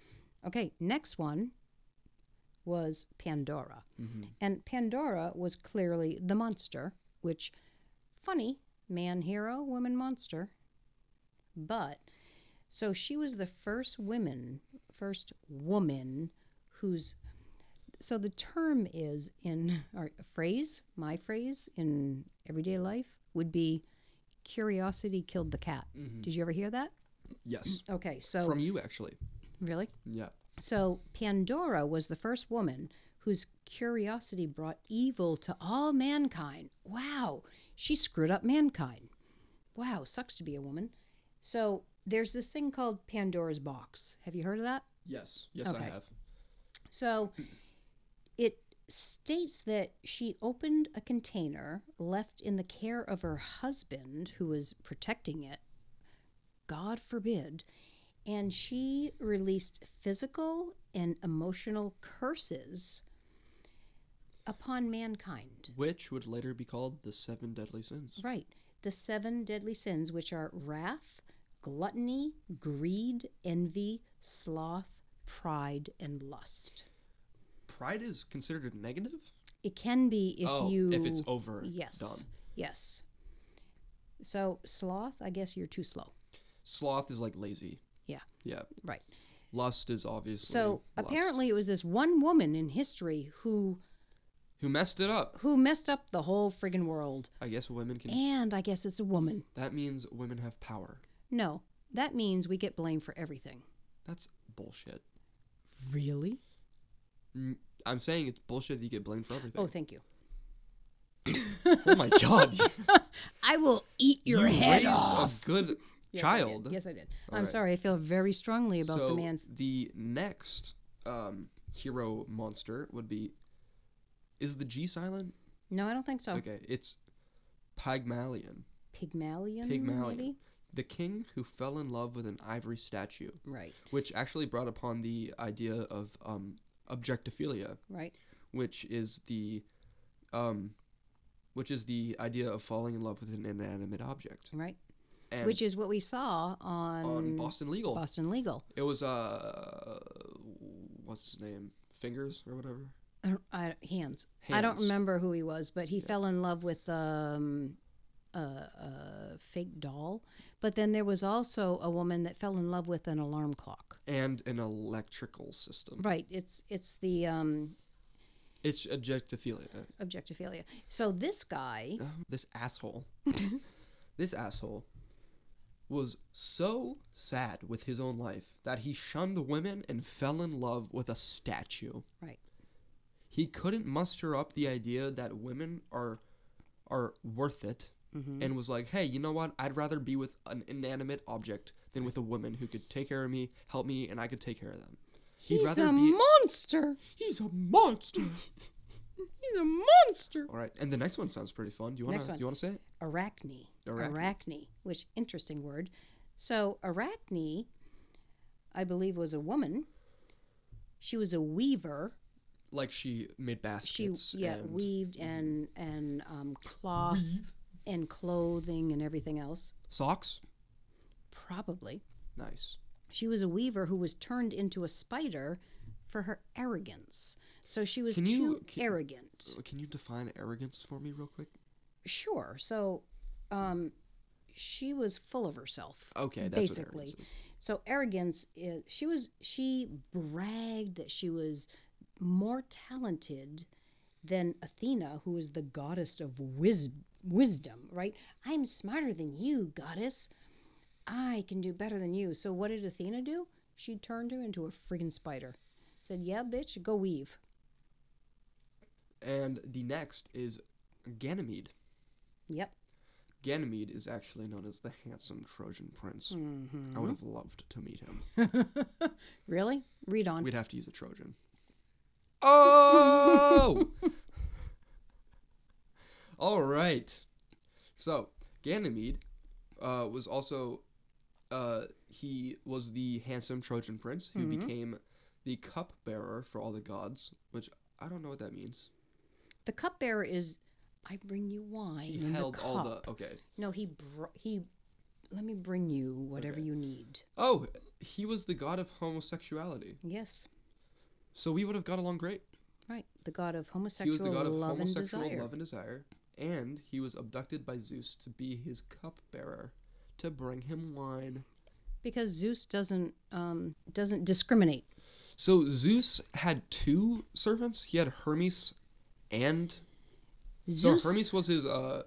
Speaker 1: Okay, next one was Pandora.
Speaker 2: Mm-hmm.
Speaker 1: And Pandora was clearly the monster, which, funny, man hero, woman monster. But, so she was the first woman, first woman who's. So the term is in, or a phrase, my phrase in everyday life would be curiosity killed the cat. Did you ever hear that?
Speaker 2: Yes.
Speaker 1: Mm-hmm. Okay, so.
Speaker 2: From you, actually.
Speaker 1: really?
Speaker 2: Yeah.
Speaker 1: So Pandora was the first woman whose curiosity brought evil to all mankind. Wow, she screwed up mankind. Wow, sucks to be a woman. So there's this thing called Pandora's box. Have you heard of that?
Speaker 2: Yes. Yes, I
Speaker 1: Okay.
Speaker 2: have.
Speaker 1: So it states that she opened a container left in the care of her husband, who was protecting it, God forbid, and she released physical and emotional curses upon mankind.
Speaker 2: Which would later be called the seven deadly sins.
Speaker 1: Right. The seven deadly sins, which are wrath, gluttony, greed, envy, sloth, pride, and lust.
Speaker 2: Pride is considered negative?
Speaker 1: It can be if
Speaker 2: oh,
Speaker 1: you
Speaker 2: if it's over.
Speaker 1: Yes.
Speaker 2: Done.
Speaker 1: Yes. So sloth, I guess you're too slow.
Speaker 2: Sloth is like lazy.
Speaker 1: Yeah.
Speaker 2: Yeah.
Speaker 1: Right.
Speaker 2: Lust is obviously.
Speaker 1: So
Speaker 2: lust.
Speaker 1: apparently it was this one woman in history who
Speaker 2: Who messed it up?
Speaker 1: who messed up the whole friggin' world.
Speaker 2: I guess women can.
Speaker 1: And I guess it's a woman.
Speaker 2: That means women have power.
Speaker 1: No. That means we get blamed for everything.
Speaker 2: That's bullshit.
Speaker 1: Really?
Speaker 2: N- I'm saying it's bullshit that you get blamed for everything.
Speaker 1: Oh, thank you.
Speaker 2: Oh my god.
Speaker 1: I will eat
Speaker 2: you
Speaker 1: your head
Speaker 2: raised
Speaker 1: off.
Speaker 2: a good
Speaker 1: Yes, I did.
Speaker 2: child.
Speaker 1: Yes, I did.
Speaker 2: All
Speaker 1: I'm
Speaker 2: right.
Speaker 1: sorry. I feel very strongly about
Speaker 2: so
Speaker 1: the man.
Speaker 2: the next um, hero monster would be. Is the G silent?
Speaker 1: No, I don't think so.
Speaker 2: Okay, it's Pygmalion,
Speaker 1: Pygmalion.
Speaker 2: Pygmalion.
Speaker 1: Maybe?
Speaker 2: the king who fell in love with an ivory statue,
Speaker 1: Right.
Speaker 2: which actually brought upon the idea of um, objectophilia,
Speaker 1: Right.
Speaker 2: which is the, um, which is the idea of falling in love with an inanimate object.
Speaker 1: Right.
Speaker 2: And
Speaker 1: Which is what we saw
Speaker 2: on Boston Legal,
Speaker 1: Boston Legal.
Speaker 2: it was uh, what's his name, Fingers or whatever.
Speaker 1: Uh, I, I- hands. I don't
Speaker 2: Hands.
Speaker 1: remember who he was, but he fell in love with um, a, a fake doll. But then there was also a woman that fell in love with an alarm clock.
Speaker 2: and an electrical system.
Speaker 1: Right. It's it's the um,
Speaker 2: It's objectophilia.
Speaker 1: objectophilia. So this guy,
Speaker 2: Uh, This asshole. this asshole was so sad with his own life that he shunned women and fell in love with a statue.
Speaker 1: right?
Speaker 2: He couldn't muster up the idea that women are are worth it
Speaker 1: Mm-hmm.
Speaker 2: and was like, "Hey, you know what? I'd rather be with an inanimate object than with a woman who could take care of me, help me, and I could take care of them." He'd
Speaker 1: He's
Speaker 2: rather
Speaker 1: a
Speaker 2: be
Speaker 1: monster.
Speaker 2: He's a monster.
Speaker 1: He's a monster.
Speaker 2: All right. And the next one sounds pretty fun. Do you want
Speaker 1: Next
Speaker 2: to
Speaker 1: one.
Speaker 2: do you want to say it?
Speaker 1: Arachne.
Speaker 2: Arachne.
Speaker 1: Arachne. which interesting word. So Arachne, I believe, was a woman. She was a weaver.
Speaker 2: Like she made
Speaker 1: She
Speaker 2: baskets.
Speaker 1: yeah
Speaker 2: and mhm.
Speaker 1: weaved and and um, cloth and clothing and everything else.
Speaker 2: socks.
Speaker 1: Probably
Speaker 2: Nice.
Speaker 1: she was a weaver who was turned into a spider for her arrogance. So she was
Speaker 2: Can you-
Speaker 1: too
Speaker 2: can-
Speaker 1: arrogant.
Speaker 2: Uh, Can you define arrogance for me real quick?
Speaker 1: Sure. So, um, she was full of herself.
Speaker 2: Okay, that's what
Speaker 1: basically.
Speaker 2: arrogance is.
Speaker 1: so arrogance is she was she bragged that she was more talented than Athena, who is the goddess of wis- wisdom. Right? I'm smarter than you, goddess. I can do better than you. So what did Athena do? She turned her into a friggin' spider. Said, "Yeah, bitch, go weave."
Speaker 2: And the next is Ganymede.
Speaker 1: Yep.
Speaker 2: Ganymede is actually known as the handsome Trojan prince. I would have loved to meet him.
Speaker 1: Really? Read on.
Speaker 2: We'd have to use a Trojan. Oh! All right. So Ganymede uh, was also uh, he was the handsome Trojan prince who became the cupbearer for all the gods, which I don't know what that means.
Speaker 1: The cupbearer is, I bring you wine.
Speaker 2: He
Speaker 1: in
Speaker 2: held
Speaker 1: the cup.
Speaker 2: all the okay.
Speaker 1: No, he br- he. Let me bring you whatever you need.
Speaker 2: Oh, he was the god of homosexuality.
Speaker 1: Yes,
Speaker 2: So we would have got along great.
Speaker 1: right. The god of
Speaker 2: He
Speaker 1: homosexual
Speaker 2: was the god of
Speaker 1: love and
Speaker 2: homosexual
Speaker 1: desire.
Speaker 2: love and desire, and he was abducted by Zeus to be his cupbearer to bring him wine.
Speaker 1: Because Zeus doesn't um, doesn't discriminate.
Speaker 2: So Zeus had two servants. He had Hermes, and
Speaker 1: Zeus.
Speaker 2: so Hermes was his uh.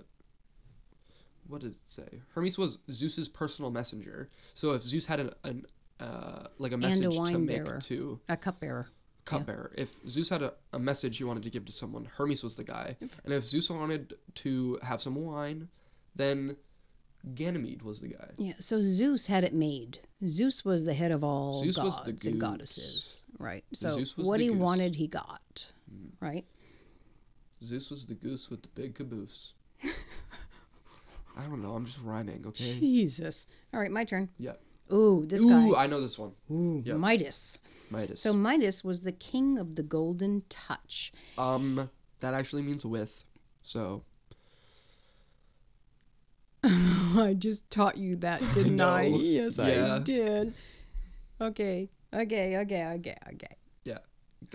Speaker 2: What did it say? Hermes was Zeus's personal messenger. So if Zeus had an, an uh, like a
Speaker 1: a
Speaker 2: message to
Speaker 1: wine
Speaker 2: make
Speaker 1: bearer.
Speaker 2: to
Speaker 1: a cupbearer.
Speaker 2: cupbearer. If Zeus had a, a message he wanted to give to someone, Hermes was the guy. And if Zeus wanted to have some wine, then Ganymede was the guy.
Speaker 1: Yeah. So Zeus had it made. Zeus was the head of all
Speaker 2: Zeus was
Speaker 1: gods
Speaker 2: the
Speaker 1: and
Speaker 2: goose.
Speaker 1: goddesses. Right. So
Speaker 2: Zeus was
Speaker 1: what
Speaker 2: the
Speaker 1: he
Speaker 2: goose. Mm.
Speaker 1: wanted, he got. Right.
Speaker 2: Zeus was the goose with the big caboose. I don't know. I'm just rhyming, okay?
Speaker 1: Jesus. All right, my turn.
Speaker 2: Yeah.
Speaker 1: Ooh, this
Speaker 2: Ooh,
Speaker 1: guy.
Speaker 2: I know this one.
Speaker 1: Ooh,
Speaker 2: yeah.
Speaker 1: Midas.
Speaker 2: Midas.
Speaker 1: So Midas was the king of the golden touch.
Speaker 2: um, that actually means with. So
Speaker 1: I just taught you that, didn't I?
Speaker 2: know.
Speaker 1: Yes,
Speaker 2: Yeah.
Speaker 1: I did. Okay, okay, okay, okay, okay.
Speaker 2: yeah.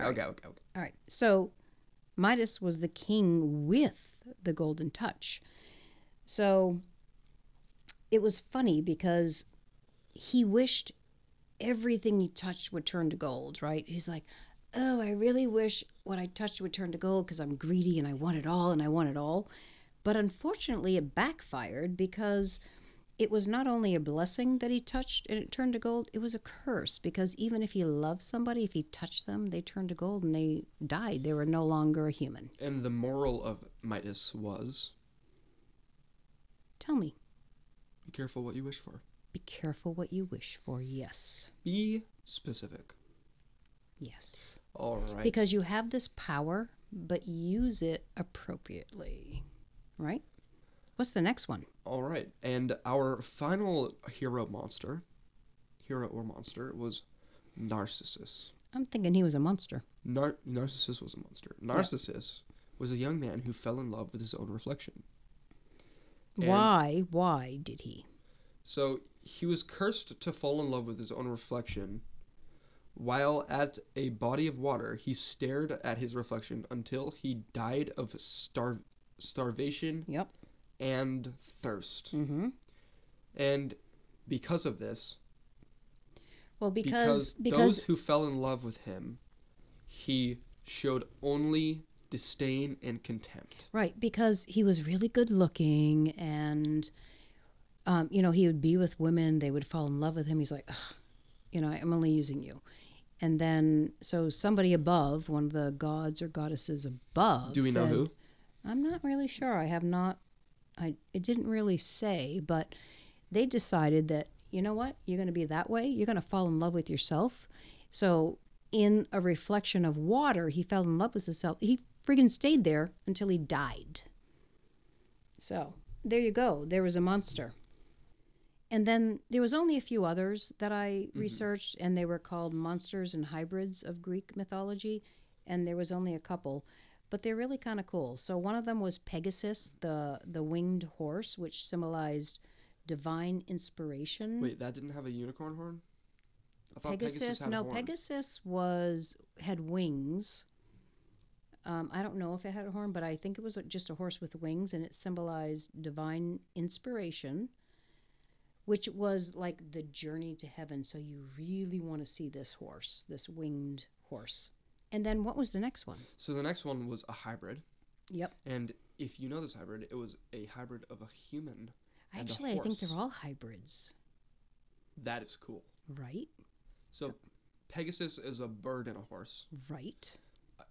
Speaker 2: Okay, okay, okay.
Speaker 1: All right. So Midas was the king with the golden touch. So it was funny because he wished everything he touched would turn to gold, right? He's like, oh, I really wish what I touched would turn to gold because I'm greedy and I want it all and I want it all. But unfortunately, it backfired because it was not only a blessing that he touched and it turned to gold, it was a curse because even if he loved somebody, if he touched them, they turned to gold and they died. They were no longer a human.
Speaker 2: And the moral of Midas was
Speaker 1: Tell me,
Speaker 2: be careful what you wish for.
Speaker 1: be careful what you wish for. Yes.
Speaker 2: Be specific.
Speaker 1: Yes.
Speaker 2: All right.
Speaker 1: Because you have this power, but use it appropriately. Right? What's the next one?
Speaker 2: All right. And our final hero monster, hero or monster, was Narcissus.
Speaker 1: I'm thinking he was a monster.
Speaker 2: Nar- Narcissus was a monster. Narcissus was a young man who fell in love with his own reflection. And-
Speaker 1: Why? Why did he?
Speaker 2: So he was cursed to fall in love with his own reflection. While at a body of water, he stared at his reflection until he died of starv- starvation
Speaker 1: Yep.
Speaker 2: and thirst.
Speaker 1: Mm-hmm.
Speaker 2: And because of this,
Speaker 1: Well,
Speaker 2: those
Speaker 1: because because
Speaker 2: who fell in love with him, he showed only disdain and contempt.
Speaker 1: right because he was really good looking, and um, you know he would be with women, they would fall in love with him. He's like, Ugh, you know, I'm only using you. And then so somebody above, one of the gods or goddesses above,
Speaker 2: Do we know
Speaker 1: said-
Speaker 2: who?
Speaker 1: I'm not really sure. I have not. I it didn't really say, but they decided that you know what, you're going to be that way. You're going to fall in love with yourself. So in a reflection of water, he fell in love with himself. He friggin' stayed there until he died. So there you go. There was a monster. And then there was only a few others that I researched, and they were called monsters and hybrids of Greek mythology. And there was only a couple, but they're really kind of cool. So one of them was Pegasus, the the winged horse, which symbolized divine inspiration.
Speaker 2: Wait, that didn't have a unicorn horn? I thought
Speaker 1: Hmm? Pegasus,
Speaker 2: had a
Speaker 1: no,
Speaker 2: horn.
Speaker 1: Pegasus was had wings. Um, I don't know if it had a horn, but I think it was just a horse with wings, and it symbolized divine inspiration, which was like the journey to heaven. So you really want to see this horse, this winged horse. And then what was the next one?
Speaker 2: So the next one was a hybrid,
Speaker 1: Yep.
Speaker 2: and if you know this hybrid, it was a hybrid of a human. and a
Speaker 1: Actually, I think
Speaker 2: horse.
Speaker 1: they're all hybrids,
Speaker 2: That is cool.
Speaker 1: right?
Speaker 2: So Pegasus is a bird and a horse.
Speaker 1: Right.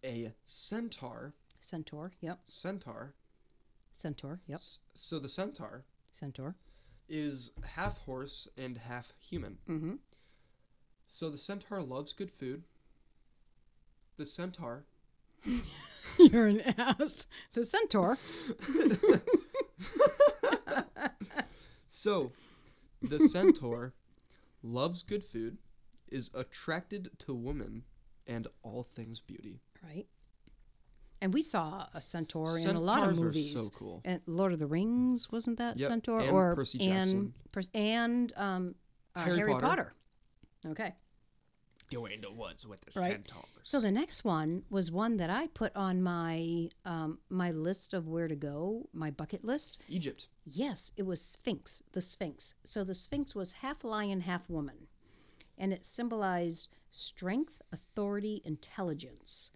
Speaker 2: A centaur,
Speaker 1: Centaur. Yep.
Speaker 2: centaur.
Speaker 1: Centaur. Yep.
Speaker 2: s- So the centaur
Speaker 1: Centaur.
Speaker 2: is half horse and half human.
Speaker 1: Mm-hmm.
Speaker 2: So the centaur loves good food. The centaur,
Speaker 1: You're an ass. The centaur.
Speaker 2: so the centaur loves good food, is attracted to woman and all things beauty.
Speaker 1: Right. And we saw a centaur in a lot of
Speaker 2: Centaurs are
Speaker 1: movies.
Speaker 2: so cool.
Speaker 1: And Lord of the Rings wasn't that
Speaker 2: Yep,
Speaker 1: centaur
Speaker 2: and
Speaker 1: or
Speaker 2: Percy Jackson.
Speaker 1: and Pers- and um, uh,
Speaker 2: Harry
Speaker 1: Harry,
Speaker 2: Potter.
Speaker 1: Potter. Okay.
Speaker 2: Doing the woods with the
Speaker 1: Right.
Speaker 2: centaurs.
Speaker 1: So the next one was one that I put on my um, my list of where to go, my bucket list.
Speaker 2: Egypt.
Speaker 1: Yes, it was Sphinx, the Sphinx. So the Sphinx was half lion, half woman, and it symbolized strength, authority, intelligence.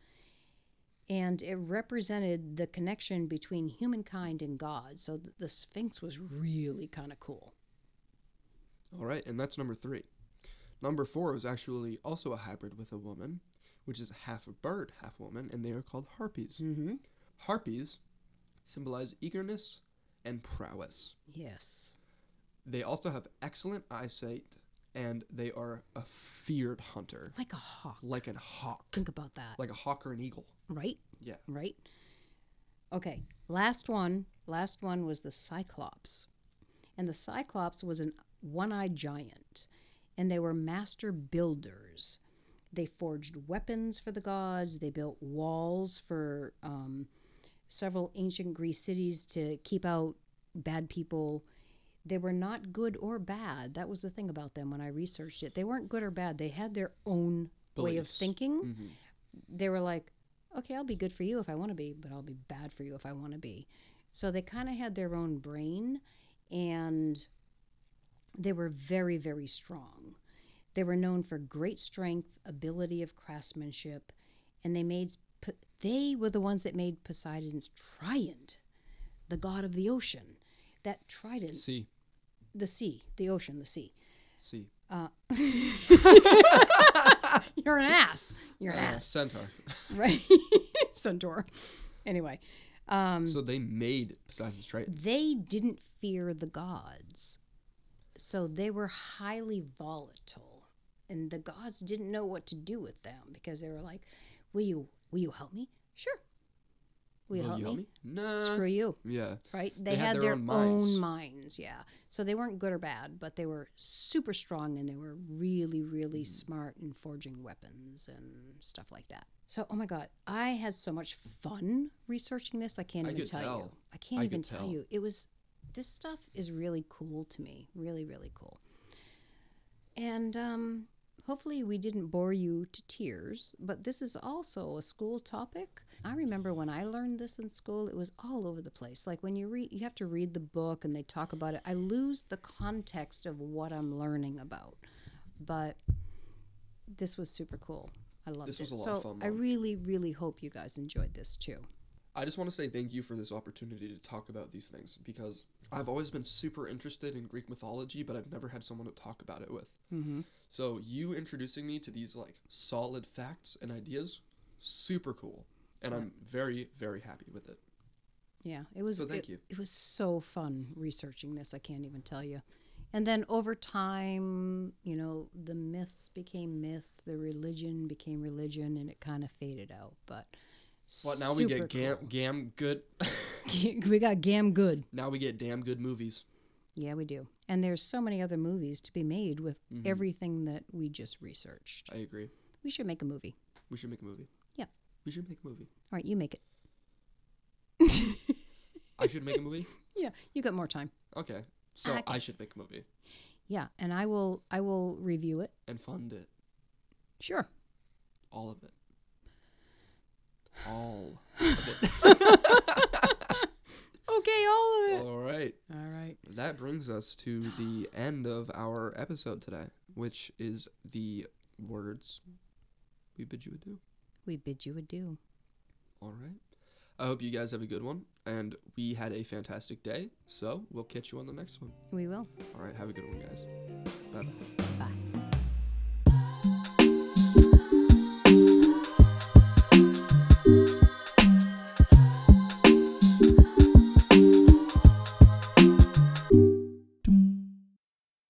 Speaker 1: And it represented the connection between humankind and God. So th- the Sphinx was really kind of cool.
Speaker 2: All right, and that's number three. Number four is actually also a hybrid with a woman, which is half a bird, half woman, and they are called harpies.
Speaker 1: Mm-hmm.
Speaker 2: Harpies symbolize eagerness and prowess.
Speaker 1: Yes.
Speaker 2: They also have excellent eyesight, and they are a feared hunter,
Speaker 1: Like a hawk.
Speaker 2: like an hawk,
Speaker 1: Think about that.
Speaker 2: like a hawk or an eagle.
Speaker 1: right?
Speaker 2: Yeah.
Speaker 1: Right? Okay. Last one. Last one was the Cyclops. And the Cyclops was an one eyed giant. And they were master builders. They forged weapons for the gods, they built walls for um, several ancient Greece cities to keep out bad people. They were not good or bad. That was the thing about them when I researched it. They weren't good or bad. They had their own way of
Speaker 2: Beliefs.
Speaker 1: thinking
Speaker 2: Mm-hmm.
Speaker 1: they were like, okay, I'll be good for you if I want to be, but I'll be bad for you if I want to be. So they kind of had their own brain and they were very, very strong. They were known for great strength, ability of craftsmanship, and they made P- they were the ones that made Poseidon's trident, the god of the ocean. That trident,
Speaker 2: See,
Speaker 1: the sea, the ocean, the sea.
Speaker 2: see.
Speaker 1: You're an ass. You're an
Speaker 2: Uh,
Speaker 1: ass,
Speaker 2: centaur.
Speaker 1: right? Centaur. Anyway, Um,
Speaker 2: so they made Poseidon's trident.
Speaker 1: they didn't fear the gods. So they were highly volatile. And the gods didn't know what to do with them because they were like, Will you will you help me? Sure. Will you, help, me?
Speaker 2: Nah.
Speaker 1: Screw you.
Speaker 2: Yeah.
Speaker 1: Right? They, had, their, own, minds. yeah. So they weren't good or bad, but they were super strong and they were really, really smart in forging weapons and stuff like that. So, oh my God, I had so much fun researching this. I can't
Speaker 2: I
Speaker 1: even
Speaker 2: could
Speaker 1: tell, you.
Speaker 2: tell.
Speaker 1: I can't
Speaker 2: I
Speaker 1: even
Speaker 2: could
Speaker 1: tell.
Speaker 2: tell.
Speaker 1: you. It was, this stuff is really cool to me. Really, really cool. And um, Hopefully, we didn't bore you to tears, but this is also a school topic. I remember when I learned this in school, it was all over the place. Like when you read, you have to read the book and they talk about it. I lose the context of what I'm learning about, but this was super cool. I loved
Speaker 2: This
Speaker 1: it.
Speaker 2: was a lot
Speaker 1: so
Speaker 2: of fun,
Speaker 1: I
Speaker 2: Mom.
Speaker 1: really, really hope you guys enjoyed this too.
Speaker 2: I just want to say thank you for this opportunity to talk about these things because I've always been super interested in Greek mythology, but I've never had someone to talk about it with.
Speaker 1: Mm-hmm.
Speaker 2: So you introducing me to these like solid facts and ideas, super cool, and I'm very very happy with it.
Speaker 1: Yeah, it was.
Speaker 2: So thank
Speaker 1: it,
Speaker 2: you.
Speaker 1: It was so fun researching this. I can't even tell you. And then over time, you know, the myths became myths, the religion became religion, and it kind of faded out. But
Speaker 2: But now we
Speaker 1: super
Speaker 2: get gam, gam good.
Speaker 1: cool. we got gam good.
Speaker 2: now we get damn good movies.
Speaker 1: Yeah, we do. And there's so many other movies to be made with
Speaker 2: Mhm.
Speaker 1: everything that we just researched.
Speaker 2: I agree.
Speaker 1: We should make a movie.
Speaker 2: We should make a movie.
Speaker 1: Yeah.
Speaker 2: We should make a movie.
Speaker 1: All right, you make it.
Speaker 2: I should make a movie.
Speaker 1: Yeah, you got more time.
Speaker 2: Okay. So
Speaker 1: Okay.
Speaker 2: I should make a movie
Speaker 1: Yeah, and I will. I will review it.
Speaker 2: and fund it,
Speaker 1: Sure.
Speaker 2: all of it, all of
Speaker 1: Okay, all
Speaker 2: it. all right.
Speaker 1: All right.
Speaker 2: That brings us to the end of our episode today, which is the words we bid you adieu.
Speaker 1: We bid you adieu.
Speaker 2: All right. I hope you guys have a good one, and we had a fantastic day. So we'll catch you on the next one.
Speaker 1: We will.
Speaker 2: All right. Have a good one, guys. Bye.
Speaker 1: Bye.